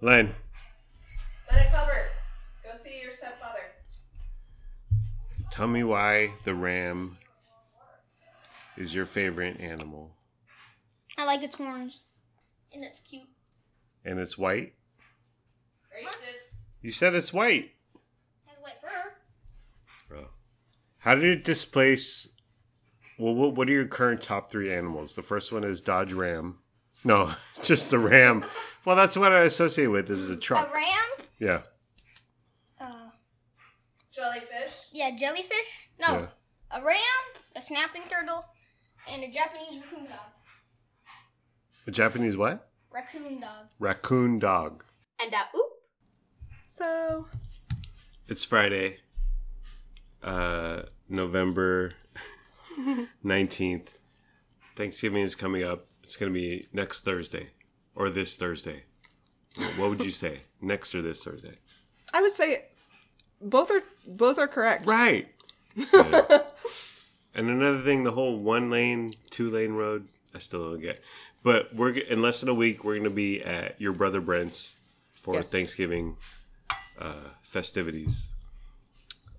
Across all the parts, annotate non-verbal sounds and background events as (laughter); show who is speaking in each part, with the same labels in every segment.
Speaker 1: Lane.
Speaker 2: Lennox Albert, go see your stepfather.
Speaker 1: Tell me why the ram is your favorite animal.
Speaker 3: I like its horns, and it's cute.
Speaker 1: And it's white?
Speaker 2: Racist.
Speaker 1: You said it's white.
Speaker 3: Has white fur.
Speaker 1: How did it displace? Well, what, what are your current top three animals? The first one is Dodge Ram. No, (laughs) just the Ram. Well, that's what I associate with is the
Speaker 3: A
Speaker 1: truck.
Speaker 3: ram.
Speaker 1: Yeah.
Speaker 3: Uh,
Speaker 2: Jellyfish.
Speaker 3: yeah, jellyfish. No,
Speaker 1: Yeah.
Speaker 3: a ram, a snapping turtle, and a Japanese raccoon dog.
Speaker 1: A Japanese what?
Speaker 3: Raccoon dog.
Speaker 1: Raccoon dog.
Speaker 4: And a oop.
Speaker 2: So
Speaker 1: It's Friday, uh, November 19th. Thanksgiving is coming up. It's going to be next Thursday or this Thursday. What would you say? Next or this Thursday?
Speaker 2: I would say both are both are correct.
Speaker 1: Right. (laughs) and another thing, the whole one lane, two lane road, I still don't get. But we're g- in less than a week, we're going to be at your brother Brent's for
Speaker 2: Yes.
Speaker 1: Thanksgiving uh, festivities.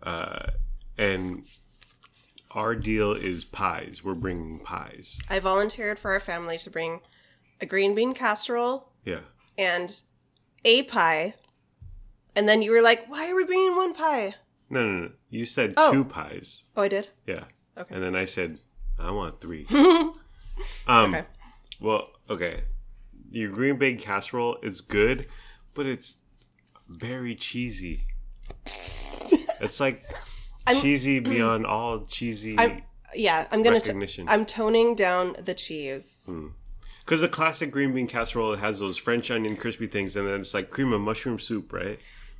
Speaker 1: Uh, and our deal is pies. We're bringing pies.
Speaker 2: I volunteered for our family to bring a green bean casserole
Speaker 1: Yeah.
Speaker 2: and a pie. And then you were like, "Why are we bringing one pie?"
Speaker 1: No, no, no. You said
Speaker 2: Oh.
Speaker 1: two pies.
Speaker 2: Oh, I did.
Speaker 1: Yeah.
Speaker 2: Okay.
Speaker 1: And then I said, I want
Speaker 2: (laughs)
Speaker 1: three. Um,
Speaker 2: okay.
Speaker 1: Well, okay. Your green bean casserole is good, but it's very cheesy.
Speaker 2: (laughs)
Speaker 1: it's like cheesy beyond all cheesy.
Speaker 2: I'm yeah. I'm gonna. T-
Speaker 1: Recognition. Hmm.
Speaker 2: I'm toning down the cheese.
Speaker 1: Because the classic green bean casserole has those French onion crispy things, and then it's like cream of mushroom soup, right?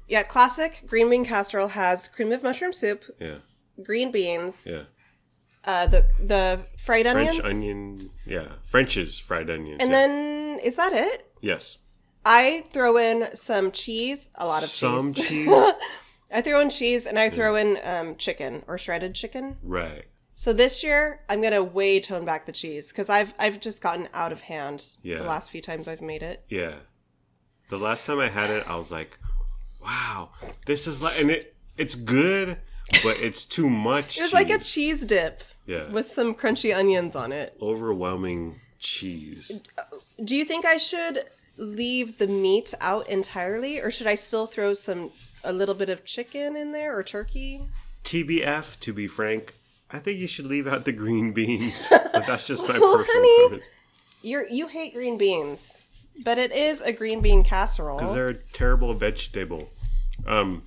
Speaker 2: Yeah, classic green bean casserole has cream of mushroom soup,
Speaker 1: Yeah,
Speaker 2: green beans,
Speaker 1: yeah.
Speaker 2: uh, the the fried onions,
Speaker 1: French onion, yeah. French's fried onions.
Speaker 2: and
Speaker 1: yeah.
Speaker 2: then is that it?
Speaker 1: yes,
Speaker 2: I throw in some cheese, a lot of
Speaker 1: some
Speaker 2: cheese.
Speaker 1: cheese.
Speaker 2: (laughs) I throw in cheese, and I throw in um, chicken or shredded chicken.
Speaker 1: right.
Speaker 2: So this year, I'm gonna way tone back the cheese because I've I've just gotten out of hand
Speaker 1: Yeah.
Speaker 2: the last few times I've made it.
Speaker 1: Yeah. The last time I had it, I was like, "Wow, this is like," and it it's good, but it's too much.
Speaker 2: It was like a
Speaker 1: cheese.
Speaker 2: cheese dip
Speaker 1: yeah,
Speaker 2: with some crunchy onions on it.
Speaker 1: overwhelming cheese.
Speaker 2: Do you think I should leave the meat out entirely, or should I still throw some a little bit of chicken in there or turkey?
Speaker 1: TBF, to be frank, I think you should leave out the green beans. but that's just my
Speaker 2: (laughs) Well,
Speaker 1: personal
Speaker 2: honey.
Speaker 1: preference.
Speaker 2: You you hate green beans, but it is a green bean casserole.
Speaker 1: They're a terrible vegetable. Um,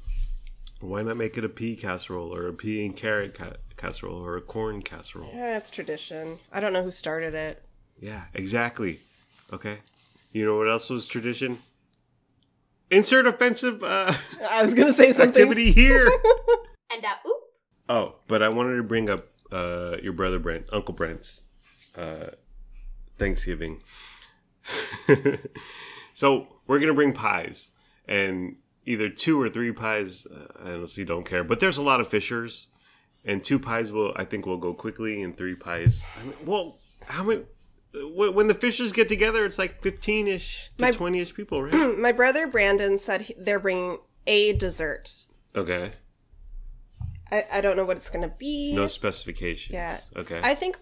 Speaker 1: why not make it a pea casserole or a pea and carrot ca- casserole or a corn casserole?
Speaker 2: Eh, it's tradition. I don't know who started it.
Speaker 1: Yeah, exactly. Okay. You know what else was tradition? Insert offensive uh, (laughs)
Speaker 2: I was gonna say something.
Speaker 1: activity here.
Speaker 4: And a oop.
Speaker 1: oh, but I wanted to bring up uh, your brother Brent, Uncle Brent's uh, Thanksgiving. (laughs) so we're gonna bring pies, and either two or three pies. uh, I honestly don't care, but there's a lot of fishers, and two pies will I think will go quickly, and three pies. I mean, well, how many? When when the fishers get together, it's like fifteen ish to
Speaker 2: My-
Speaker 1: twenty ish people,
Speaker 2: (clears throat)
Speaker 1: right?
Speaker 2: My brother Brandon said he, they're bringing a dessert.
Speaker 1: okay,
Speaker 2: I, I don't know what it's gonna be.
Speaker 1: no specifications.
Speaker 2: Yeah.
Speaker 1: Okay.
Speaker 2: I think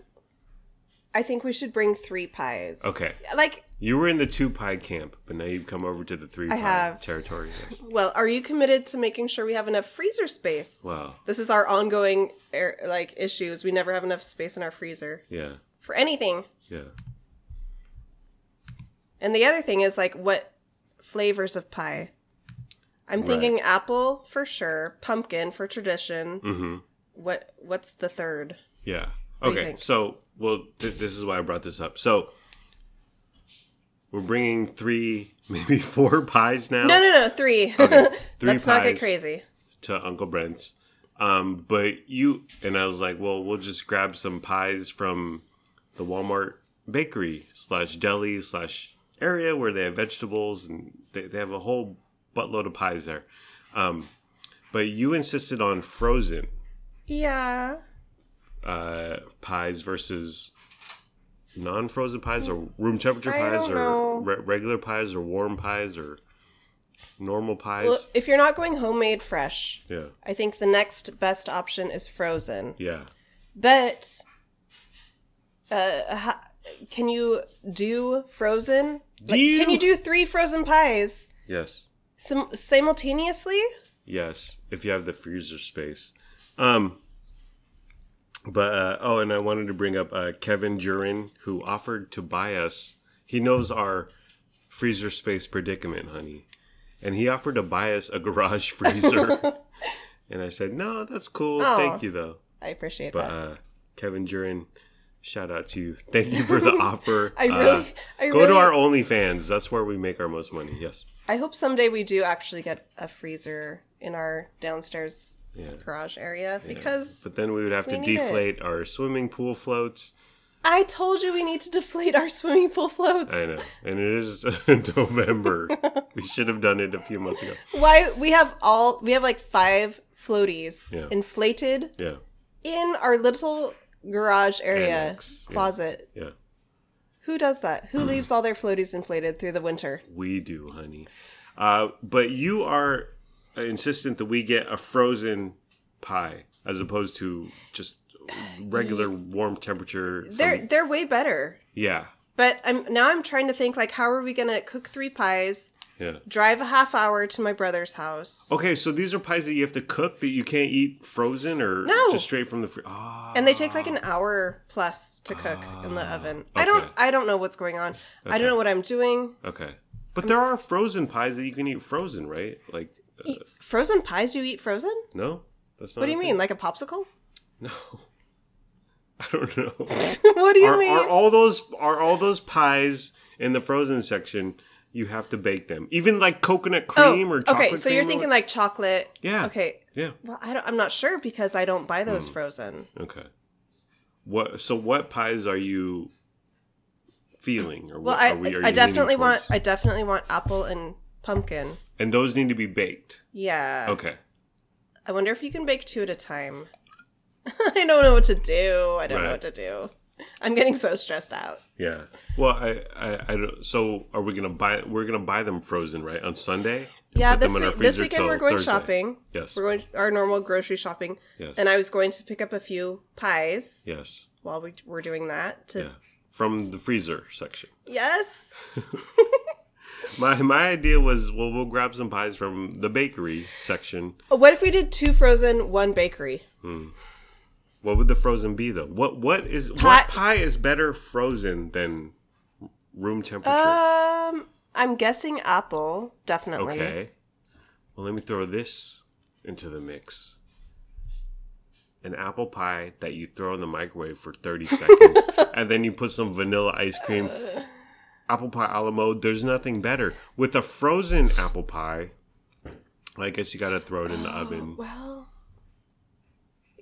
Speaker 2: I think we should bring three pies.
Speaker 1: Okay.
Speaker 2: Like,
Speaker 1: You were in the two pie camp, but now you've come over to the three pie
Speaker 2: have.
Speaker 1: territory.
Speaker 2: (laughs)
Speaker 1: Yes.
Speaker 2: well, are you committed to making sure we have enough freezer space?
Speaker 1: Wow.
Speaker 2: This is our ongoing er, like issues. We never have enough space in our freezer
Speaker 1: Yeah.
Speaker 2: for anything.
Speaker 1: Yeah.
Speaker 2: And the other thing is like what flavors of pie? I'm
Speaker 1: Right.
Speaker 2: thinking apple for sure, pumpkin for tradition.
Speaker 1: Mm-hmm.
Speaker 2: What what's the third?
Speaker 1: Yeah.
Speaker 2: What do you
Speaker 1: Okay.
Speaker 2: think?
Speaker 1: So, well, th- this is why I brought this up. So, we're bringing three, (laughs) maybe four pies now
Speaker 2: No, no, no, three.
Speaker 1: Okay,
Speaker 2: (laughs)
Speaker 1: three
Speaker 2: Let's not get
Speaker 1: pies.
Speaker 2: crazy.
Speaker 1: to Uncle Brent's. Um, but you and I was like, well, we'll just grab some pies from the Walmart bakery slash deli slash area where they have vegetables and they, they have a whole buttload of pies there. Um, but you insisted on frozen.
Speaker 2: Yeah.
Speaker 1: uh, pies versus non-frozen pies or room temperature
Speaker 2: I
Speaker 1: pies
Speaker 2: don't
Speaker 1: or
Speaker 2: know.
Speaker 1: re- regular pies or warm pies or normal pies.
Speaker 2: Well, if you're not going homemade fresh,
Speaker 1: yeah,
Speaker 2: I think the next best option is frozen.
Speaker 1: yeah.
Speaker 2: But uh, ho- can you do frozen? Like,
Speaker 1: Do-
Speaker 2: can you do three frozen pies
Speaker 1: Yes,
Speaker 2: sim- simultaneously?
Speaker 1: yes. If you have the freezer space. Um. But uh, oh, and I wanted to bring up uh, Kevin Durin, who offered to buy us. He knows our freezer space predicament, honey, and he offered to buy us a garage (laughs) freezer. and I said, "No, that's cool.
Speaker 2: Aw.
Speaker 1: Thank you, though."
Speaker 2: I appreciate
Speaker 1: But
Speaker 2: that.
Speaker 1: uh, Kevin Duran, shout out to you. Thank you for the
Speaker 2: (laughs)
Speaker 1: offer.
Speaker 2: I
Speaker 1: Uh,
Speaker 2: really, I
Speaker 1: go
Speaker 2: really,
Speaker 1: to our OnlyFans. That's where we make our most money. Yes.
Speaker 2: I hope someday we do actually get a freezer in our downstairs
Speaker 1: Yeah.
Speaker 2: garage area because
Speaker 1: But then we would have to
Speaker 2: we need it.
Speaker 1: deflate our swimming pool floats.
Speaker 2: I told you we need to (laughs) deflate our swimming pool floats.
Speaker 1: I know. And it is (laughs) November. we should have done it a few months ago.
Speaker 2: Why we have all we have like five floaties
Speaker 1: Yeah.
Speaker 2: inflated
Speaker 1: Yeah.
Speaker 2: in our little garage area
Speaker 1: Annex, yeah.
Speaker 2: closet.
Speaker 1: Yeah.
Speaker 2: Who does that?
Speaker 1: (clears throat)
Speaker 2: Who leaves all their floaties inflated through the winter?
Speaker 1: We do, honey. Uh, but you are insistent that we get a frozen pie as opposed to just regular warm temperature. from-
Speaker 2: They're they're way better.
Speaker 1: yeah.
Speaker 2: But I'm now I'm trying to think like how are we gonna cook three pies,
Speaker 1: Yeah.
Speaker 2: drive a half hour to my brother's house.
Speaker 1: Okay, so these are pies that you have to cook that you can't eat frozen or
Speaker 2: No.
Speaker 1: just straight from the fridge. Oh,
Speaker 2: and they take like an hour plus to cook in the oven. I don't
Speaker 1: Ah, okay.
Speaker 2: I don't know what's going on. I don't know what I'm doing.
Speaker 1: okay. But there are frozen pies that you can eat frozen, right? Like uh,
Speaker 2: Eat frozen pies you eat frozen?
Speaker 1: no, that's not.
Speaker 2: E- What do
Speaker 1: a
Speaker 2: you
Speaker 1: thing?
Speaker 2: mean? Like a popsicle?
Speaker 1: (laughs) No,
Speaker 2: (laughs)
Speaker 1: I don't know.
Speaker 2: what do you
Speaker 1: are,
Speaker 2: mean?
Speaker 1: are all those are all those pies in the frozen section? You have to bake them, even like coconut cream or chocolate
Speaker 2: Oh, okay. So you're
Speaker 1: cream or
Speaker 2: thinking
Speaker 1: what-
Speaker 2: like chocolate?
Speaker 1: Yeah. Hmm.
Speaker 2: Okay.
Speaker 1: yeah
Speaker 2: Well, I don't, I'm not sure because I don't buy those frozen.
Speaker 1: okay. What so what pies are you feeling or
Speaker 2: Well,
Speaker 1: what
Speaker 2: I
Speaker 1: are we, are you
Speaker 2: I
Speaker 1: leaning
Speaker 2: definitely want
Speaker 1: towards?
Speaker 2: I definitely want apple and pumpkin.
Speaker 1: and those need to be baked.
Speaker 2: Yeah.
Speaker 1: Okay.
Speaker 2: I wonder if you can bake two at a time. (laughs) I don't know what to do. I don't
Speaker 1: Right.
Speaker 2: know what to do. I'm getting so stressed out.
Speaker 1: Yeah. Well, I, I, I don't. So, are we gonna buy? We're gonna buy them frozen, right? On Sunday. And
Speaker 2: Yeah,
Speaker 1: put
Speaker 2: this
Speaker 1: them in our
Speaker 2: week, this
Speaker 1: freezer
Speaker 2: weekend
Speaker 1: till
Speaker 2: we're going
Speaker 1: Thursday.
Speaker 2: shopping.
Speaker 1: Yes.
Speaker 2: We're going our normal grocery shopping,
Speaker 1: yes.
Speaker 2: and I was going to pick up a few pies
Speaker 1: yes.
Speaker 2: while we were doing that. To
Speaker 1: Yeah. From the freezer section.
Speaker 2: yes,
Speaker 1: My my idea was, well, we'll grab some pies from the bakery section.
Speaker 2: what if we did two frozen, one bakery?
Speaker 1: What would the frozen be though? What what is
Speaker 2: Pie-
Speaker 1: what pie is better frozen than room temperature?
Speaker 2: Um, I'm guessing apple, definitely.
Speaker 1: Okay. Well, let me throw this into the mix. An apple pie that you throw in the microwave for 30
Speaker 2: (laughs)
Speaker 1: seconds, and then you put some vanilla ice cream. Apple pie a la mode, there's nothing better. With a frozen apple pie, I guess you got to throw it in the oven.
Speaker 2: Well, Oh,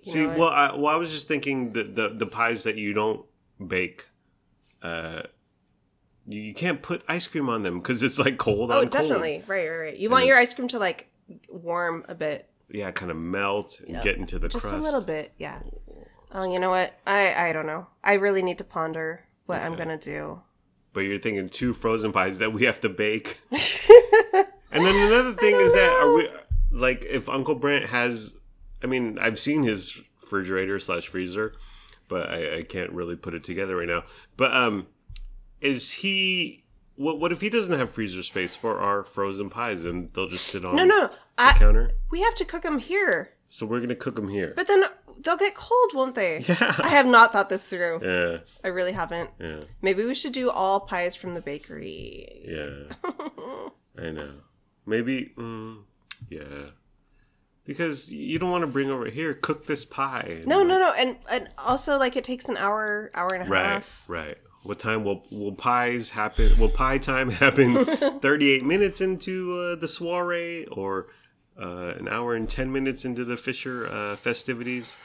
Speaker 2: you
Speaker 1: See,
Speaker 2: know, I-
Speaker 1: well I, well, I was just thinking the, the, the pies that you don't bake, uh, you, you can't put ice cream on them because it's like cold on
Speaker 2: oh,
Speaker 1: cold.
Speaker 2: definitely, right, right, right. You want your ice cream to like warm a bit,
Speaker 1: yeah, kind of melt and get into the
Speaker 2: just
Speaker 1: crust.
Speaker 2: a little bit, yeah. Oh, you know what? I I don't know. I really need to ponder what I'm gonna do.
Speaker 1: But you're thinking two frozen pies that we have to
Speaker 2: (laughs)
Speaker 1: bake. and then another thing is that are we like if Uncle Brent has? I mean, I've seen his refrigerator slash freezer, but I, I can't really put it together right now. But um, is he? What what if he doesn't have freezer space for our frozen pies and they'll just sit on
Speaker 2: No, no,
Speaker 1: the
Speaker 2: I
Speaker 1: counter?
Speaker 2: we have to cook them here,
Speaker 1: So we're gonna cook them here.
Speaker 2: but then they'll get cold,
Speaker 1: (laughs)
Speaker 2: won't they? I have not thought this through.
Speaker 1: yeah,
Speaker 2: I really haven't.
Speaker 1: yeah.
Speaker 2: Maybe we should do all pies from the bakery. (laughs)
Speaker 1: Yeah. I know. Maybe, mm, yeah. Because you don't want to bring over here, cook this pie.
Speaker 2: No, no, no, and and also like it takes an hour, hour and a
Speaker 1: Right,
Speaker 2: half.
Speaker 1: right. What time will will pies happen? Will pie time (laughs)
Speaker 2: (laughs)
Speaker 1: happen? Thirty eight minutes into uh, the soiree, or uh, an hour and ten minutes into the Fisher uh, festivities?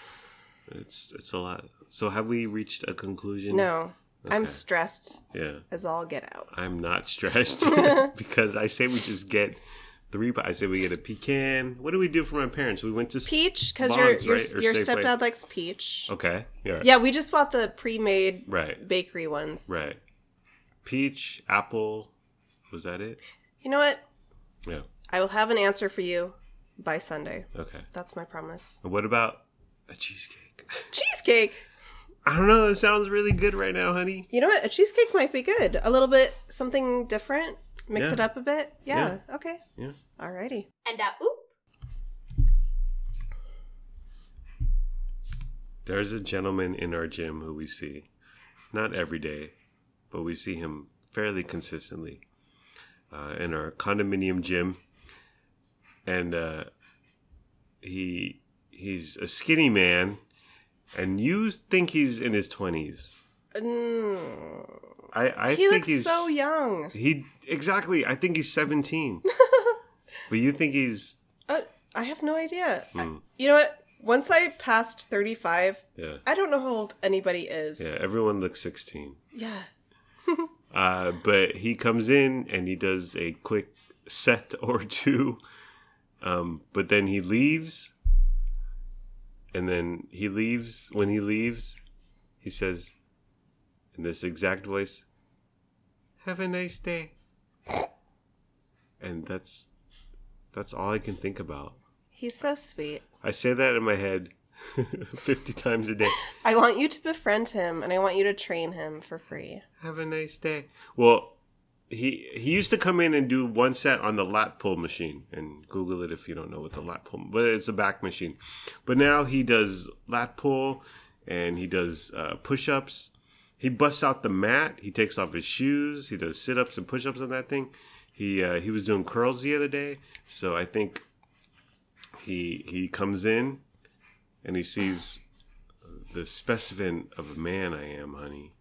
Speaker 1: It's it's a lot. So have we reached a conclusion?
Speaker 2: No, I'm stressed
Speaker 1: Yeah.
Speaker 2: as all get out.
Speaker 1: I'm not
Speaker 2: (laughs)
Speaker 1: stressed (laughs) because I say we just get three. pi- I say we get a pecan. What do we do for my parents? We went to S-
Speaker 2: Peach, because your
Speaker 1: Bonds,
Speaker 2: your,
Speaker 1: right? Or
Speaker 2: your
Speaker 1: Safeway.
Speaker 2: stepdad likes peach.
Speaker 1: Okay. Yeah.
Speaker 2: Yeah, we just bought the pre-made
Speaker 1: Right.
Speaker 2: bakery ones.
Speaker 1: Right. Peach, apple. Was that it?
Speaker 2: You know what?
Speaker 1: Yeah.
Speaker 2: I will have an answer for you by Sunday.
Speaker 1: Okay.
Speaker 2: That's my promise.
Speaker 1: And what about a cheesecake? (laughs)
Speaker 2: Cheesecake.
Speaker 1: I don't know. It sounds really good right now, honey.
Speaker 2: You know what? A cheesecake might be good. A little bit something different. Mix
Speaker 1: Yeah.
Speaker 2: it up a bit. Yeah. Okay.
Speaker 1: Yeah.
Speaker 2: Alrighty.
Speaker 4: and a oop,
Speaker 1: There's a gentleman in our gym who we see, not every day, but we see him fairly consistently uh, in our condominium gym, and uh, he he's a skinny man, and you think he's in his twenties.
Speaker 2: Mm.
Speaker 1: I I
Speaker 2: He
Speaker 1: think
Speaker 2: looks
Speaker 1: he's
Speaker 2: so young.
Speaker 1: He exactly. I think he's
Speaker 2: (laughs)
Speaker 1: seventeen, but you think he's
Speaker 2: Uh, I have no idea. I-
Speaker 1: Hmm.
Speaker 2: you know what? Once I passed 35,
Speaker 1: yeah
Speaker 2: I don't know how old anybody is.
Speaker 1: yeah. Everyone looks sixteen.
Speaker 2: Yeah.
Speaker 1: Uh, but he comes in and he does a quick set (laughs) or two, um, but then he leaves. And then he leaves. When he leaves, he says, in this exact voice, "Have a nice day." And that's that's all I can think about.
Speaker 2: He's so sweet.
Speaker 1: I say that in my head (laughs) fifty times a day.
Speaker 2: I want you to befriend him and I want you to train him for free.
Speaker 1: Have a nice day. Well, he he used to come in and do one set on the lat pull machine, and Google it if you don't know what the lat pull, but it's a back machine. But now he does lat pull, and he does uh, push ups. He busts out the mat. He takes off his shoes. He does sit ups and push ups on that thing. He uh, he was doing curls the other day, so I think he he comes in and he sees the specimen of a man I am, honey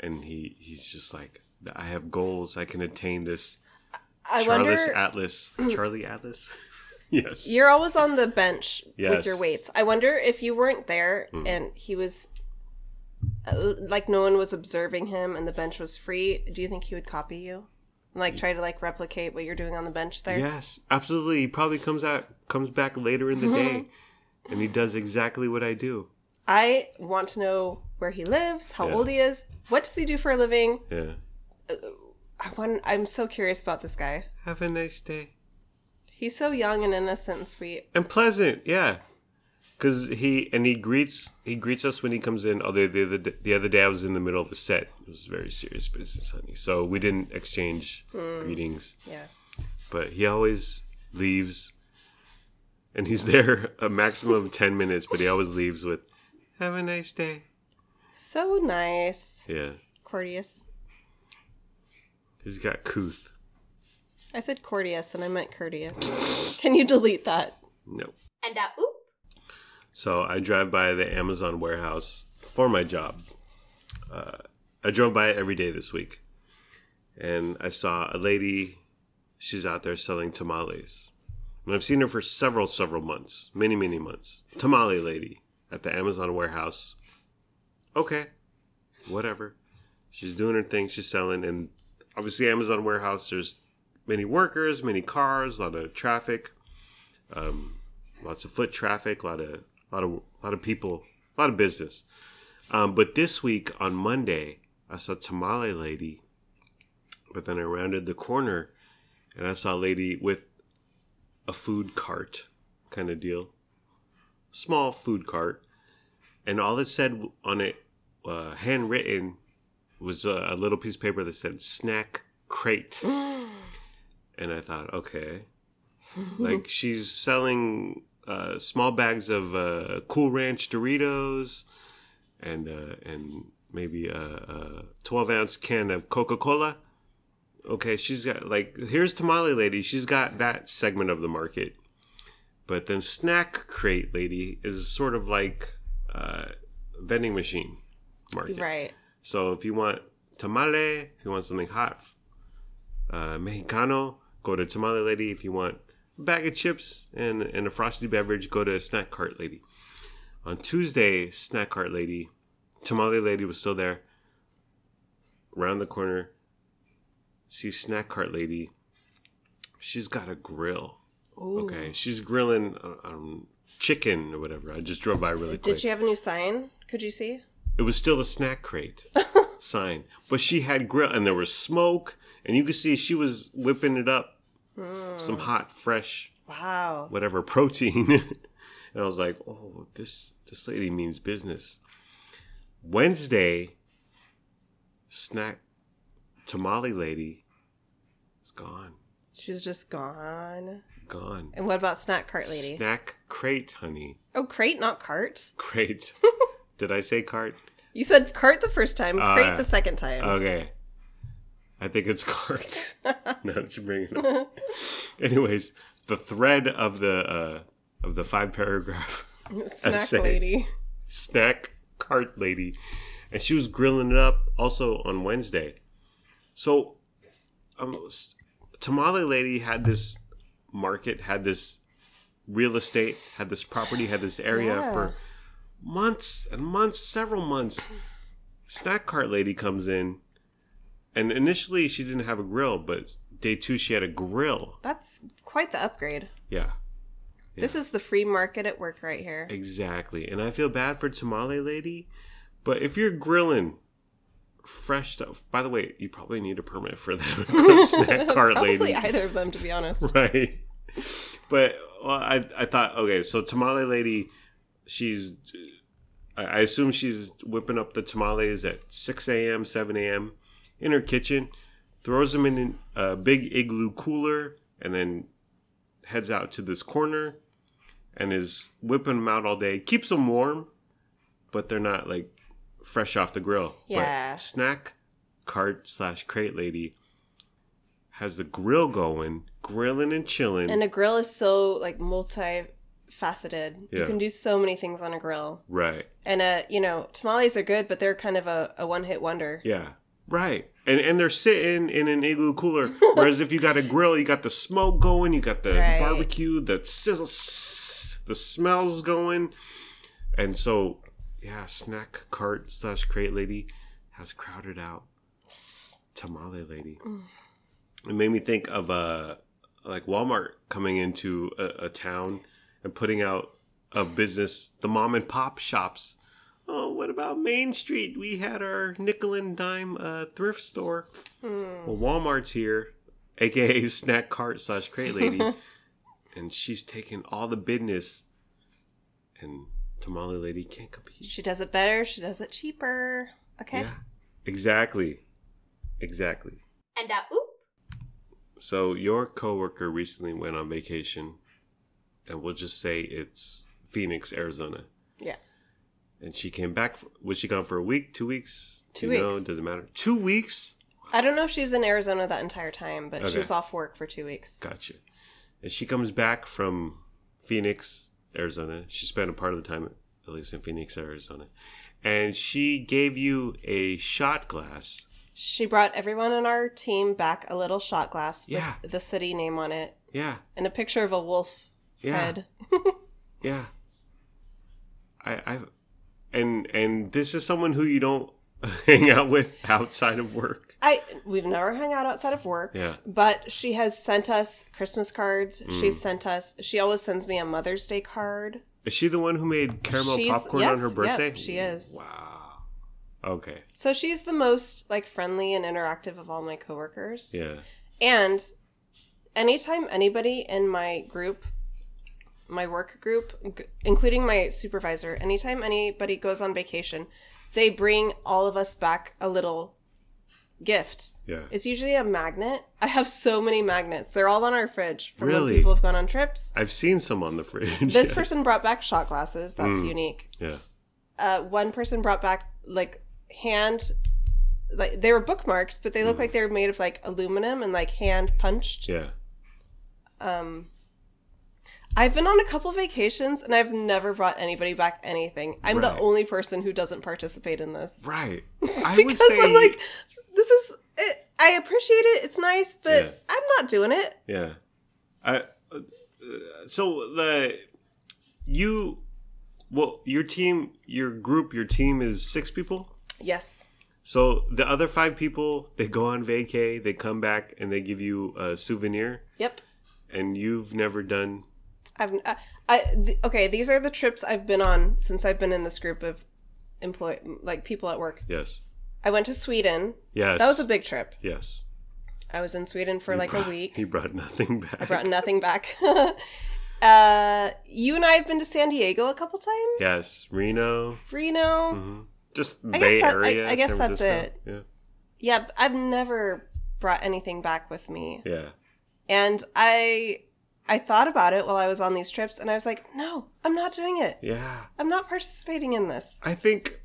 Speaker 1: and he he's just like I have goals. I can attain this.
Speaker 2: I
Speaker 1: Charles
Speaker 2: wonder
Speaker 1: Atlas, Charlie Atlas. (laughs) yes.
Speaker 2: you're always on the bench
Speaker 1: Yes. Hmm.
Speaker 2: with your weights. I wonder if you weren't there and he was uh, like no one was observing him and the bench was free, do you think he would copy you? And like try to like replicate what you're doing on the bench there?
Speaker 1: Yes, absolutely. He probably comes out comes back later in the
Speaker 2: Mm-hmm.
Speaker 1: day, and he does exactly what I do.
Speaker 2: I want to know where he lives, how
Speaker 1: Yeah.
Speaker 2: old he is, what does he do for a living?
Speaker 1: Yeah.
Speaker 2: I want I'm so curious about this guy.
Speaker 1: Have a nice day.
Speaker 2: He's so young and innocent and sweet.
Speaker 1: and pleasant. Yeah, because he and he greets he greets us when he comes in. Although the other the other day I was in the middle of a set. It was very serious business, honey. So we didn't exchange
Speaker 2: Hmm.
Speaker 1: greetings.
Speaker 2: Yeah.
Speaker 1: but he always leaves and he's (laughs) there a maximum of 10 minutes but he always leaves with have a nice day
Speaker 2: So nice.
Speaker 1: yeah
Speaker 2: Courteous.
Speaker 1: he's got couth
Speaker 2: I said courteous and I
Speaker 1: (laughs)
Speaker 2: meant courteous. Can you delete that?
Speaker 1: no
Speaker 4: and a oop,
Speaker 1: so i drive by the amazon warehouse for my job uh, i drove by it every day this week and i saw a lady she's out there selling tamales and i've seen her for several several months many many months tamale lady at the amazon warehouse okay whatever she's doing her thing she's selling and obviously amazon warehouse there's many workers many cars a lot of traffic um, lots of foot traffic a lot of lot of lot of people a lot of business um, but this week on monday i saw tamale lady but then i rounded the corner and i saw a lady with a food cart kind of deal small food cart and all it said on it uh, handwritten was a, a little piece of paper that said snack crate and i thought okay like she's selling uh, small bags of uh, cool ranch doritos and uh, and maybe a, a 12 ounce can of coca-cola okay she's got like here's tamale lady she's got that segment of the market but then snack crate lady is sort of like uh, vending machine market
Speaker 2: Right.
Speaker 1: so if you want tamale, if you want something hot, uh, Mexicano, go to Tamale Lady. If you want a bag of chips and, and a frosty beverage, go to Snack Cart Lady. On Tuesday, Snack Cart Lady, Tamale Lady was still there. Round the corner, see Snack Cart Lady. She's got a grill. Okay, she's grilling uh, um, chicken or whatever. I just drove by really quick
Speaker 2: Did she have a new sign? Could you see?
Speaker 1: it was still a snack crate sign, but she had grill and there was smoke, and you could see she was whipping it up some hot, fresh,
Speaker 2: Wow.
Speaker 1: whatever (laughs) protein. and I was like, oh, this this lady means business. Wednesday, snack tamale lady is gone.
Speaker 2: She's just gone.
Speaker 1: Gone.
Speaker 2: And what about snack cart lady?
Speaker 1: Snack crate, honey.
Speaker 2: oh, crate, not cart.
Speaker 1: Crate. Did I say cart?
Speaker 2: You said cart the first time,
Speaker 1: Ah,
Speaker 2: crate
Speaker 1: yeah.
Speaker 2: the second time.
Speaker 1: Okay. I think it's (laughs) cart. now that you bring it up. Anyways, the thread of the uh, of the five paragraph
Speaker 2: snack
Speaker 1: essay.
Speaker 2: lady.
Speaker 1: snack cart lady, and she was grilling it up also on Wednesday. So, um, s- tamale lady had this market, had this real estate, had this property, had this area
Speaker 2: Yeah.
Speaker 1: for months and months, several months. Snack cart lady comes in, and initially she didn't have a grill, but day two she had a grill.
Speaker 2: That's quite the upgrade.
Speaker 1: Yeah.
Speaker 2: This is the free market at work right here.
Speaker 1: Exactly. And I feel bad for Tamale Lady, but if you're grilling fresh stuff, by the way, you probably need a permit for
Speaker 2: (laughs)
Speaker 1: that (laughs) snack cart
Speaker 2: Probably
Speaker 1: lady.
Speaker 2: either of them, to be honest.
Speaker 1: (laughs) Right. But well, I, I thought, okay, so Tamale Lady, she's, I I assume she's whipping up the tamales at 6 a.m., 7 a.m. in her kitchen, throws them in a big igloo cooler, and then heads out to this corner and is whipping them out all day. Keeps them warm, but they're not like fresh off the grill.
Speaker 2: Yeah.
Speaker 1: But snack cart slash crate lady has the grill going, grilling and chilling.
Speaker 2: And a grill is so like multifaceted. You
Speaker 1: Yeah.
Speaker 2: can do so many things on a grill.
Speaker 1: right.
Speaker 2: And uh, you know, tamales are good, but they're kind of a, a one hit wonder.
Speaker 1: Yeah. Right. And and they're sitting in an igloo cooler. Whereas if you got a grill, you got the smoke going, you got the
Speaker 2: Right.
Speaker 1: barbecue, the sizzle, sss, the smells going. And so, yeah, snack cart slash crate lady has crowded out tamale lady. It made me think of uh, like Walmart coming into a, a town and putting out of business the mom and pop shops. Oh, what about Main Street? We had our nickel and dime uh, thrift store.
Speaker 2: Hmm.
Speaker 1: Well, Walmart's here, aka snack cart slash crate
Speaker 2: (laughs)
Speaker 1: lady, and she's taking all the business. And tamale lady can't compete.
Speaker 2: She does it better, she does it cheaper. Okay.
Speaker 1: Yeah, exactly, exactly.
Speaker 4: and a oop,
Speaker 1: So your coworker recently went on vacation, and we'll just say it's Phoenix, Arizona,
Speaker 2: Yeah.
Speaker 1: and she came back. For, was she gone for a week, two weeks?
Speaker 2: Two
Speaker 1: Do you Know?
Speaker 2: weeks.
Speaker 1: Doesn't matter. Two weeks.
Speaker 2: I don't know if she was in Arizona that entire time, but she
Speaker 1: Okay.
Speaker 2: was off work for two weeks.
Speaker 1: Gotcha. And she comes back from Phoenix, Arizona. She spent a part of the time, at least in Phoenix, Arizona, and she gave you a shot glass.
Speaker 2: She brought everyone on our team back a little shot glass with
Speaker 1: Yeah.
Speaker 2: the city name on it
Speaker 1: Yeah.
Speaker 2: and a picture of a wolf
Speaker 1: Yeah.
Speaker 2: head.
Speaker 1: Yeah. I I and and this is someone who you don't (laughs) hang out with outside of work.
Speaker 2: I we've never hung out outside of work.
Speaker 1: Yeah.
Speaker 2: But she has sent us Christmas cards.
Speaker 1: Mm.
Speaker 2: She sent us she always sends me a Mother's Day card.
Speaker 1: Is she the one who made caramel
Speaker 2: She's-
Speaker 1: popcorn on
Speaker 2: yes,
Speaker 1: her
Speaker 2: yep,
Speaker 1: birthday?
Speaker 2: she is.
Speaker 1: Wow. Okay.
Speaker 2: So she's the most like friendly and interactive of all my coworkers.
Speaker 1: Yeah.
Speaker 2: And anytime anybody in my group, my work group, g- including my supervisor, anytime anybody goes on vacation, they bring all of us back a little gift.
Speaker 1: Yeah.
Speaker 2: It's usually a magnet. (laughs) I have so many magnets. They're all on our fridge from when
Speaker 1: Really?
Speaker 2: people have gone on trips.
Speaker 1: I've seen some on the fridge. (laughs)
Speaker 2: This
Speaker 1: yeah.
Speaker 2: person brought back shot glasses. That's
Speaker 1: Mm.
Speaker 2: unique.
Speaker 1: yeah.
Speaker 2: Uh, one person brought back like hand, like they were bookmarks, but they looked like they were made of like aluminum and like hand punched.
Speaker 1: Mm. Yeah.
Speaker 2: Um, I've been on a couple vacations and I've never brought anybody back anything. I'm the
Speaker 1: Right.
Speaker 2: only person who doesn't participate in this (laughs)
Speaker 1: Right. I would
Speaker 2: because
Speaker 1: say
Speaker 2: I'm like, this is. It, I appreciate it. It's nice, but
Speaker 1: Yeah.
Speaker 2: I'm not doing it.
Speaker 1: Yeah. I, uh, uh, so the you well your team your group your team is six people?
Speaker 2: Yes.
Speaker 1: So the other five people, they go on vacay, they come back, and they give you a souvenir,
Speaker 2: Yep.
Speaker 1: and you've never done.
Speaker 2: I've. Uh, I th- okay. These are the trips I've been on since I've been in this group of employ like people at work.
Speaker 1: Yes,
Speaker 2: I went to Sweden.
Speaker 1: yes,
Speaker 2: That was a big trip.
Speaker 1: yes.
Speaker 2: Uh, I was in Sweden for
Speaker 1: You
Speaker 2: like
Speaker 1: brought-
Speaker 2: a week.
Speaker 1: He brought nothing (laughs) back.
Speaker 2: I brought nothing back. (laughs) uh, you and I have been to San Diego a couple times.
Speaker 1: yes, Reno.
Speaker 2: Reno.
Speaker 1: hmm Just
Speaker 2: guess
Speaker 1: Bay
Speaker 2: that- I-
Speaker 1: Area.
Speaker 2: I guess
Speaker 1: San
Speaker 2: that's
Speaker 1: Francisco.
Speaker 2: Yeah, but I've never brought anything back with me.
Speaker 1: Yeah. Yeah.
Speaker 2: And I I thought about it while I was on these trips and I was like, "No, I'm not doing it.
Speaker 1: Yeah.
Speaker 2: I'm not participating in this."
Speaker 1: I think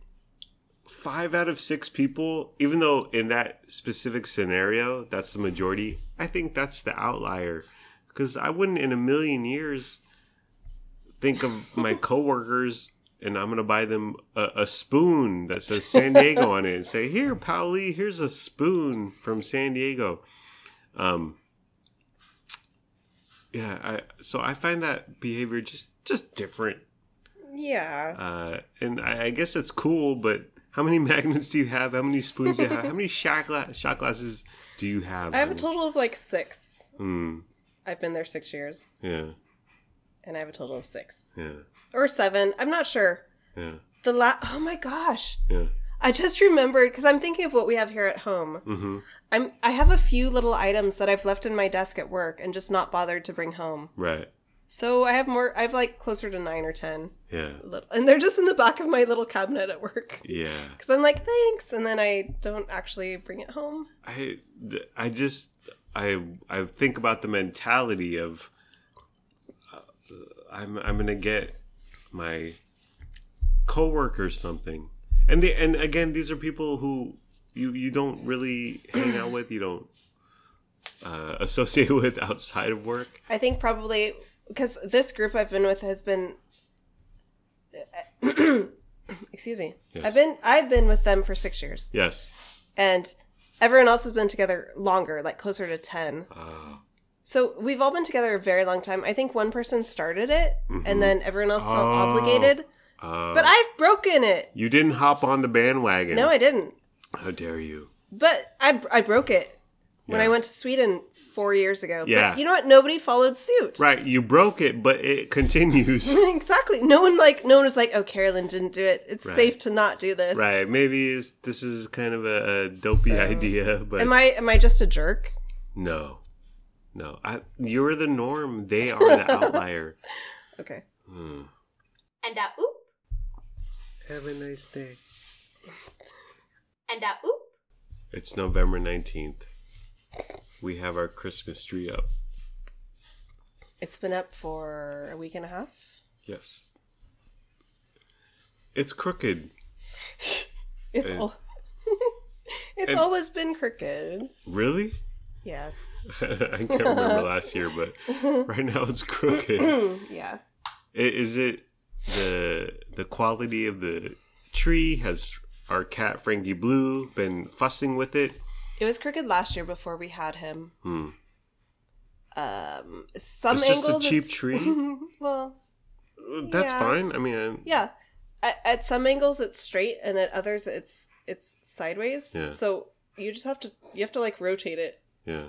Speaker 1: five out of six people, even though in that specific scenario, that's the majority, I think that's the outlier. Because I wouldn't in a million years think of my coworkers and I'm going to buy them a, a spoon that says San Diego on it and say, Here, Pauli, here's a spoon from San Diego. Um, yeah, I, so I find that behavior just just different
Speaker 2: Yeah.
Speaker 1: uh, and I, I guess that's cool, but how many (laughs) magnets do you have? How many spoons do you have? How many shot, gla- shot glasses do you have?
Speaker 2: I have a
Speaker 1: Honey?
Speaker 2: total of like 6.
Speaker 1: Mm,
Speaker 2: I've been there 6 years
Speaker 1: yeah,
Speaker 2: and I have a total of 6
Speaker 1: yeah,
Speaker 2: or 7. I'm not sure.
Speaker 1: yeah,
Speaker 2: The la- Oh my gosh.
Speaker 1: yeah.
Speaker 2: I just remembered cuz I'm thinking of what we have here at home.
Speaker 1: Mm-hmm.
Speaker 2: I'm I have a few little items that I've left in my desk at work and just not bothered to bring home.
Speaker 1: Right.
Speaker 2: So I have more. I have like closer to nine or ten,
Speaker 1: Yeah.
Speaker 2: little, and they're just in the back of my little cabinet at work.
Speaker 1: Yeah.
Speaker 2: Because I'm like, thanks, and then I don't actually bring it home.
Speaker 1: I th- I just I I think about the mentality of uh, I'm I'm gonna get my coworker something, and the and again these are people who you you don't really hang out with, you don't uh, (laughs) associate with outside of work.
Speaker 2: I think probably because this group I've been with has been, (clears throat) excuse me,
Speaker 1: Yes.
Speaker 2: I've been I've been with them for six years,
Speaker 1: Yes.
Speaker 2: and everyone else has been together longer, like closer to ten.
Speaker 1: Uh,
Speaker 2: So we've all been together a very long time. I think one person started it, and then everyone else felt
Speaker 1: Mm-hmm. Oh.
Speaker 2: obligated.
Speaker 1: uh,
Speaker 2: But I've broken it.
Speaker 1: you didn't hop on the bandwagon.
Speaker 2: No, I didn't.
Speaker 1: How dare you?
Speaker 2: But I, I broke it when
Speaker 1: Yeah.
Speaker 2: I went to Sweden four years ago.
Speaker 1: Yeah.
Speaker 2: But you know what? Nobody followed suit.
Speaker 1: Right, you broke it, but it (laughs) continues.
Speaker 2: (laughs) exactly. No one like no one was like, "Oh, Carolyn didn't do it. It's
Speaker 1: Right.
Speaker 2: safe to not do this."
Speaker 1: Right. Maybe it's, this is kind of a, a dopey
Speaker 2: So-
Speaker 1: idea, but
Speaker 2: Am I am I just a jerk?
Speaker 1: no, no. I, you're the norm. They are the
Speaker 2: (laughs)
Speaker 1: outlier.
Speaker 2: Okay.
Speaker 1: Hmm.
Speaker 4: and a oop,
Speaker 1: Have a nice day.
Speaker 4: and a oop,
Speaker 1: It's November nineteenth. We have our Christmas tree up.
Speaker 2: It's been up for a week and a half.
Speaker 1: Yes. It's crooked.
Speaker 2: It's
Speaker 1: And-
Speaker 2: al- (laughs) It's
Speaker 1: and-
Speaker 2: always been crooked.
Speaker 1: Really? (laughs)
Speaker 2: Yes.
Speaker 1: I can't
Speaker 2: (laughs)
Speaker 1: remember last year, but right now it's
Speaker 2: (clears throat)
Speaker 1: crooked. I-
Speaker 2: yeah.
Speaker 1: Is it the the quality of the tree? Has our cat Frankie Blue been fussing with it?
Speaker 2: It was crooked last year before we had him.
Speaker 1: Hmm.
Speaker 2: Um some
Speaker 1: It's just a
Speaker 2: angles
Speaker 1: cheap
Speaker 2: it's-
Speaker 1: tree?
Speaker 2: (laughs) well,
Speaker 1: That's
Speaker 2: Yeah.
Speaker 1: fine. I mean, I-
Speaker 2: Yeah. At, at some angles it's straight and at others it's it's sideways.
Speaker 1: Yeah.
Speaker 2: So you just have to you have to like rotate it
Speaker 1: yeah.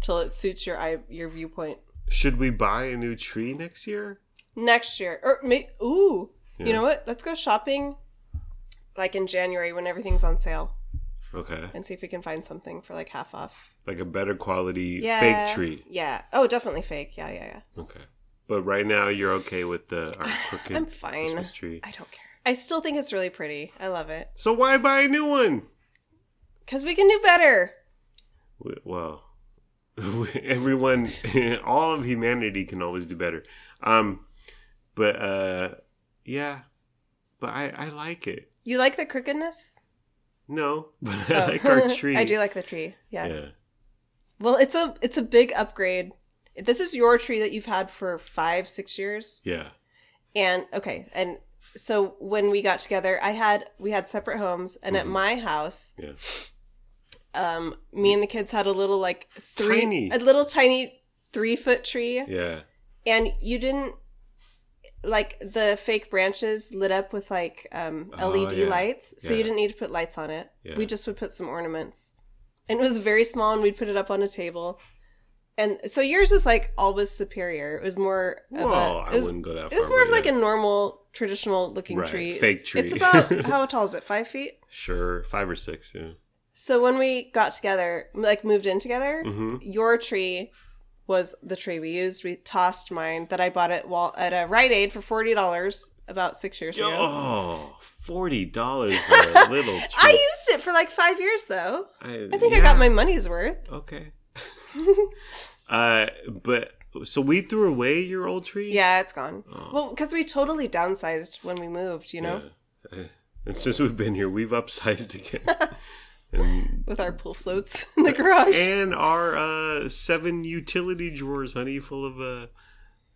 Speaker 2: till it suits your eye your viewpoint.
Speaker 1: Should we buy a new tree next year?
Speaker 2: Next year or may, ooh,
Speaker 1: Yeah.
Speaker 2: you know what? Let's go shopping like in January when everything's on sale
Speaker 1: Okay,
Speaker 2: and see if we can find something for like half off.
Speaker 1: like a better quality
Speaker 2: Yeah.
Speaker 1: fake tree.
Speaker 2: Yeah. Oh, definitely fake. Yeah, yeah, yeah.
Speaker 1: Okay, but right now you're okay with the our crooked
Speaker 2: (laughs) I'm fine.
Speaker 1: Christmas tree.
Speaker 2: I don't care. I still think it's really pretty. I love it.
Speaker 1: So why buy a new one?
Speaker 2: Cuz we can do better.
Speaker 1: W- Well, (laughs) everyone, (laughs) all of humanity can always do better. Um, but uh, yeah, but I I like it.
Speaker 2: You like the crookedness? Oh.
Speaker 1: No, (laughs) but (laughs) I like our tree.
Speaker 2: (laughs) I do like the tree.
Speaker 1: Yeah,
Speaker 2: Well, it's a it's a big upgrade. This is your tree that you've had for 5 6 years.
Speaker 1: yeah,
Speaker 2: And okay, and so when we got together, I had we had separate homes and at
Speaker 1: Mhm.
Speaker 2: my house,
Speaker 1: yeah.
Speaker 2: um me and the kids had a little like three
Speaker 1: Tiny.
Speaker 2: a little tiny 3 foot tree
Speaker 1: Yeah.
Speaker 2: and you didn't like the fake branches lit up with like um
Speaker 1: Oh,
Speaker 2: LED
Speaker 1: yeah.
Speaker 2: lights, so
Speaker 1: Yeah.
Speaker 2: you didn't need to put lights on it.
Speaker 1: Yeah.
Speaker 2: We just would put some ornaments. And it was very small and we'd put it up on a table. And so yours was like always superior. It was more of a-
Speaker 1: Well,
Speaker 2: it
Speaker 1: I
Speaker 2: was,
Speaker 1: wouldn't go that far.
Speaker 2: it was more of
Speaker 1: but
Speaker 2: like
Speaker 1: yeah.
Speaker 2: a normal traditional looking
Speaker 1: Right,
Speaker 2: tree.
Speaker 1: (laughs) fake tree.
Speaker 2: It's about how tall is it? 5 feet?
Speaker 1: sure five or six. Yeah,
Speaker 2: So when we got together, like moved in together,
Speaker 1: Mm-hmm.
Speaker 2: your tree was the tree we used. We tossed mine that I bought at Wal- at a Rite Aid for forty dollars about six years ago.
Speaker 1: Oh, forty
Speaker 2: (laughs)
Speaker 1: dollars for a little tree.
Speaker 2: I used it for like five years though.
Speaker 1: I,
Speaker 2: I think I
Speaker 1: yeah,
Speaker 2: got my money's worth. (laughs)
Speaker 1: okay. uh, but so we threw away your old tree.
Speaker 2: Yeah, it's gone.
Speaker 1: Oh.
Speaker 2: Well, because we totally downsized when we moved, you know,
Speaker 1: Yeah. Uh, And since we've been here, we've upsized
Speaker 2: (laughs)
Speaker 1: again. and,
Speaker 2: with our pool floats (laughs) in the garage.
Speaker 1: and our uh, seven utility drawers, honey, full of uh,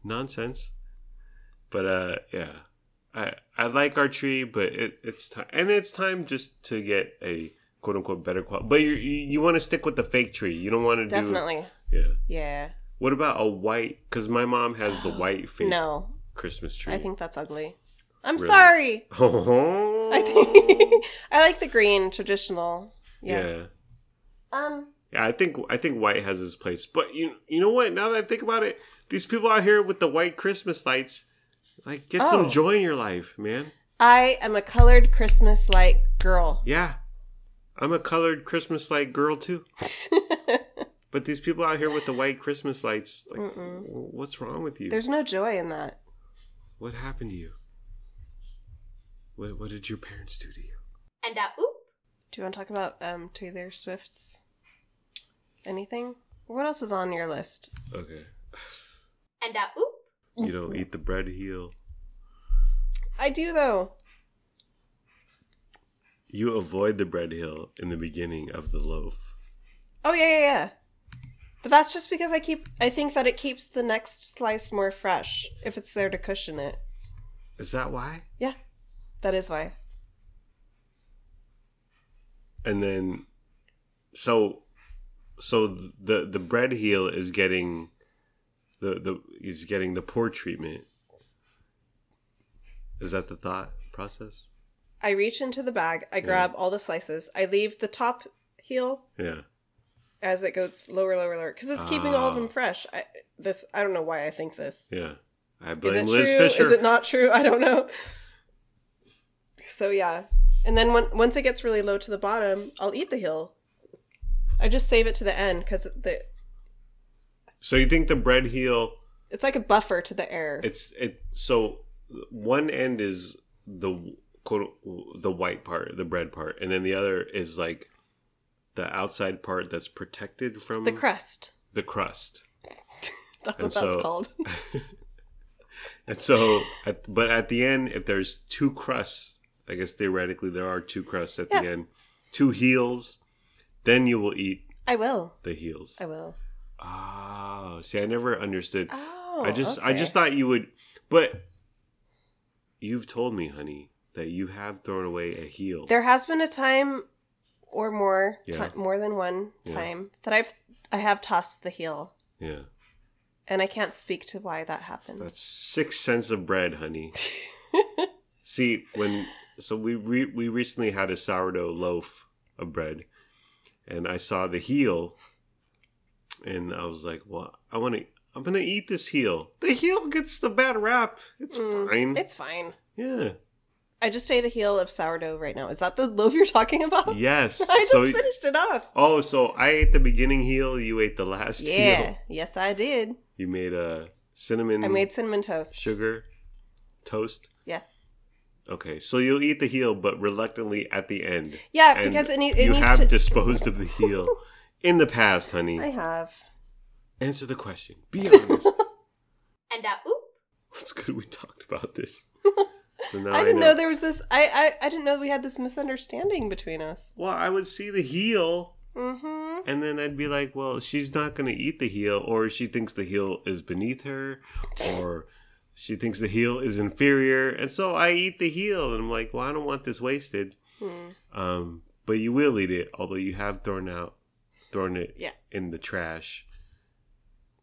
Speaker 1: nonsense. But uh, yeah, I I like our tree, but it, it's time, and it's time just to get a quote unquote better quality. But you're, you you want to stick with the fake tree. You don't want to
Speaker 2: Definitely.
Speaker 1: do yeah.
Speaker 2: Yeah.
Speaker 1: What about a white? Because my mom has
Speaker 2: (gasps)
Speaker 1: the white fake
Speaker 2: No,
Speaker 1: Christmas tree.
Speaker 2: I think that's ugly. I'm
Speaker 1: Really?
Speaker 2: sorry.
Speaker 1: (laughs) Oh.
Speaker 2: I think (laughs) I like the green traditional. Yeah.
Speaker 1: yeah.
Speaker 2: Um.
Speaker 1: Yeah, I think I think white has his place. But you you know what? Now that I think about it, these people out here with the white Christmas lights, like get
Speaker 2: Oh.
Speaker 1: some joy in your life, man.
Speaker 2: I am a colored Christmas light girl.
Speaker 1: Yeah. I'm a colored Christmas light girl too. But these people out here with the white Christmas lights, like w- what's wrong with you?
Speaker 2: (laughs) There's no joy in that.
Speaker 1: What happened to you? What what did your parents do to you?
Speaker 4: and a oop,
Speaker 2: Do you want to talk about um, Taylor Swift's anything? What else is on your list?
Speaker 1: Okay.
Speaker 4: and a oop,
Speaker 1: You don't eat the bread heel.
Speaker 2: I do though.
Speaker 1: You avoid the bread heel in the beginning of the loaf.
Speaker 2: Oh yeah, yeah, yeah. But that's just because I keep. I think that it keeps the next slice more fresh if it's there to cushion it.
Speaker 1: Is that why?
Speaker 2: Yeah, that is why.
Speaker 1: and then so so the the bread heel is getting the the is getting the poor treatment is that the thought process
Speaker 2: I reach into the bag. I grab all the slices. I leave the top heel
Speaker 1: yeah
Speaker 2: as it goes lower, lower, lower, because it's keeping all of them
Speaker 1: Ah.
Speaker 2: fresh. I, this I don't know why I think this.
Speaker 1: yeah i
Speaker 2: Is
Speaker 1: blame
Speaker 2: it
Speaker 1: liz
Speaker 2: true?
Speaker 1: fisher
Speaker 2: Is it not true? (laughs) I don't know. So yeah, and then when, once it gets really low to the bottom, I'll eat the heel. I just save it to the end because the
Speaker 1: so you think the bread heel
Speaker 2: it's like a buffer to the air.
Speaker 1: it's it so one end is the quote the white part the bread part and then the other is like the outside part that's protected from
Speaker 2: the crust.
Speaker 1: the crust
Speaker 2: That's
Speaker 1: And
Speaker 2: what that's
Speaker 1: so-
Speaker 2: called. (laughs)
Speaker 1: And so, at, but at the end, if there's two crusts, I guess theoretically there are two crusts at the
Speaker 2: Yeah.
Speaker 1: end, two heels, then you will eat
Speaker 2: I will.
Speaker 1: the heels.
Speaker 2: I will.
Speaker 1: Oh, see, I never understood.
Speaker 2: Oh,
Speaker 1: I just, I
Speaker 2: okay.
Speaker 1: just thought you would, but you've told me, honey, that you have thrown away a heel.
Speaker 2: There has been a time or more, ti-
Speaker 1: Yeah.
Speaker 2: more than one
Speaker 1: Yeah.
Speaker 2: time that I've I have tossed the heel,
Speaker 1: yeah,
Speaker 2: and I can't speak to why that happened.
Speaker 1: that's six cents of bread,
Speaker 2: (laughs)
Speaker 1: honey. See, when so we re- we recently had a sourdough loaf of bread, and I saw the heel, and I was like, "Well, I want to. I'm gonna eat this heel. The heel gets the bad rap. It's
Speaker 2: Mm,
Speaker 1: fine.
Speaker 2: It's fine. (laughs)
Speaker 1: yeah.
Speaker 2: I just ate a heel of sourdough right now. Is that the loaf you're talking about?
Speaker 1: Yes.
Speaker 2: (laughs) I just
Speaker 1: so
Speaker 2: finished it off.
Speaker 1: oh, so I ate the beginning heel. You ate the last
Speaker 2: Yeah.
Speaker 1: heel.
Speaker 2: Yes, I did.
Speaker 1: You made a cinnamon.
Speaker 2: I made cinnamon toast.
Speaker 1: sugar toast.
Speaker 2: Yeah.
Speaker 1: Okay, so you'll eat the heel, but reluctantly at the end.
Speaker 2: Yeah,
Speaker 1: And
Speaker 2: because it, need, it
Speaker 1: you
Speaker 2: needs
Speaker 1: have
Speaker 2: to.
Speaker 1: disposed of the heel in the past, honey.
Speaker 2: I have.
Speaker 1: Answer the question. Be honest.
Speaker 2: (laughs)
Speaker 4: and a oop,
Speaker 1: it's good we talked about
Speaker 2: (laughs)
Speaker 1: this. So now
Speaker 2: I didn't know. there was this. I, I I didn't know we had this misunderstanding between us.
Speaker 1: Well, I would see the heel,
Speaker 2: Mm-hmm.
Speaker 1: and then I'd be like, "Well, she's not going to eat the heel, or she thinks the heel is beneath her, or she thinks the heel is inferior." And so I eat the heel, and I'm like, "Well, I don't want this wasted."
Speaker 2: Hmm.
Speaker 1: Um, but you will eat it, although you have thrown out, thrown it
Speaker 2: Yeah.
Speaker 1: in the trash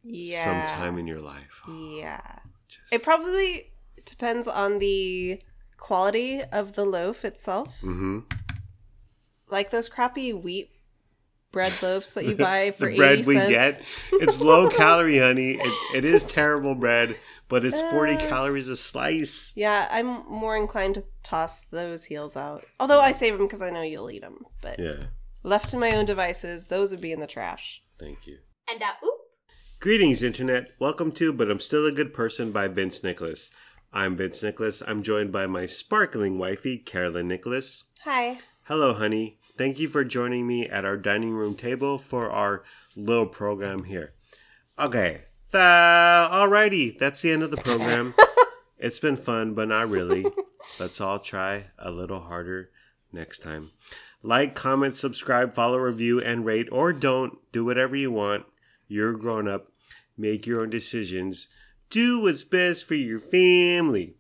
Speaker 2: Yeah.
Speaker 1: sometime in your life.
Speaker 2: Yeah.
Speaker 1: Just-
Speaker 2: It probably depends on the quality of the loaf itself.
Speaker 1: hmm
Speaker 2: Like those crappy wheat bread loaves that you buy
Speaker 1: (laughs)
Speaker 2: for
Speaker 1: the bread
Speaker 2: 80
Speaker 1: we
Speaker 2: cents.
Speaker 1: get, it's
Speaker 2: (laughs)
Speaker 1: low calorie, honey. It, it is terrible bread, but it's forty
Speaker 2: Uh,
Speaker 1: calories a slice.
Speaker 2: Yeah, I'm more inclined to toss those heels out. Although I save them because I know you'll eat them. But
Speaker 1: Yeah,
Speaker 2: Left to my own devices, those would be in the trash.
Speaker 1: Thank you.
Speaker 4: and a oop,
Speaker 1: Greetings, Internet. Welcome to But I'm Still a Good Person by Vince Nicholas. I'm Vince Nicholas. I'm joined by my sparkling wifey, Carolyn Nicholas.
Speaker 2: Hi.
Speaker 1: Hello, honey. Thank you for joining me at our dining room table for our little program here. Okay, so alrighty, that's the end of the program. it's been fun, but not really. Let's all try a little harder next time. Like, comment, subscribe, follow, review, and rate, or don't. Do whatever you want. You're a grown up. Make your own decisions. Do what's best for your family.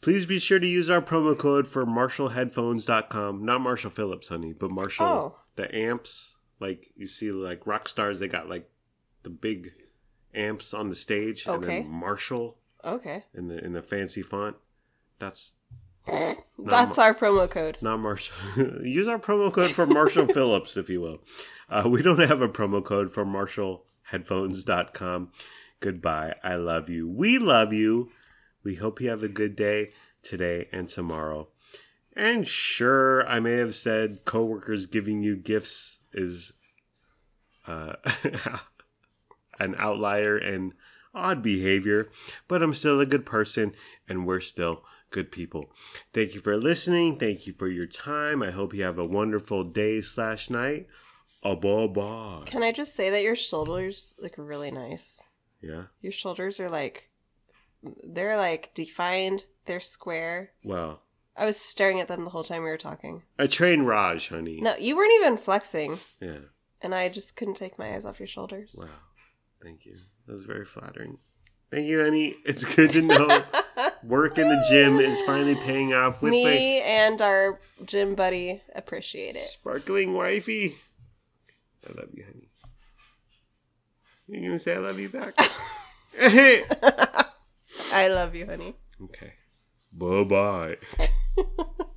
Speaker 1: Please be sure to use our promo code for marshallheadphones.com. Not Marshall Phillips, honey, but Marshall
Speaker 2: Oh.
Speaker 1: the amps. Like you see like rock stars, they got like the big amps on the stage and
Speaker 2: Okay.
Speaker 1: then Marshall
Speaker 2: Okay.
Speaker 1: in the in the fancy font. That's
Speaker 2: That's our promo code.
Speaker 1: not Marshall. (laughs) Use our promo code for Marshall Phillips, if you will. Uh, we don't have a promo code for MarshallHeadphones.com. Goodbye. I love you. We love you. We hope you have a good day today and tomorrow. And sure, I may have said coworkers giving you gifts is uh, (laughs) an outlier and odd behavior, but I'm still a good person and we're still good people. Thank you for listening. Thank you for your time. I hope you have a wonderful day slash night. A bye bye.
Speaker 2: Can I just say that your shoulders look really nice?
Speaker 1: Yeah.
Speaker 2: Your shoulders are like, they're like defined, they're square.
Speaker 1: Well,
Speaker 2: I was staring at them the whole time we were talking.
Speaker 1: a train Raj, honey.
Speaker 2: No, you weren't even flexing,
Speaker 1: Yeah.
Speaker 2: and I just couldn't take my eyes off your shoulders.
Speaker 1: Wow. Thank you. That was very flattering. Thank you, honey. It's good to
Speaker 2: (laughs)
Speaker 1: know work in the gym is finally paying off with
Speaker 2: Me
Speaker 1: my
Speaker 2: and our gym buddy appreciate it.
Speaker 1: sparkling wifey. I love you, honey. You're going to say I love you back? (laughs)
Speaker 2: I love you, honey.
Speaker 1: okay. Bye bye.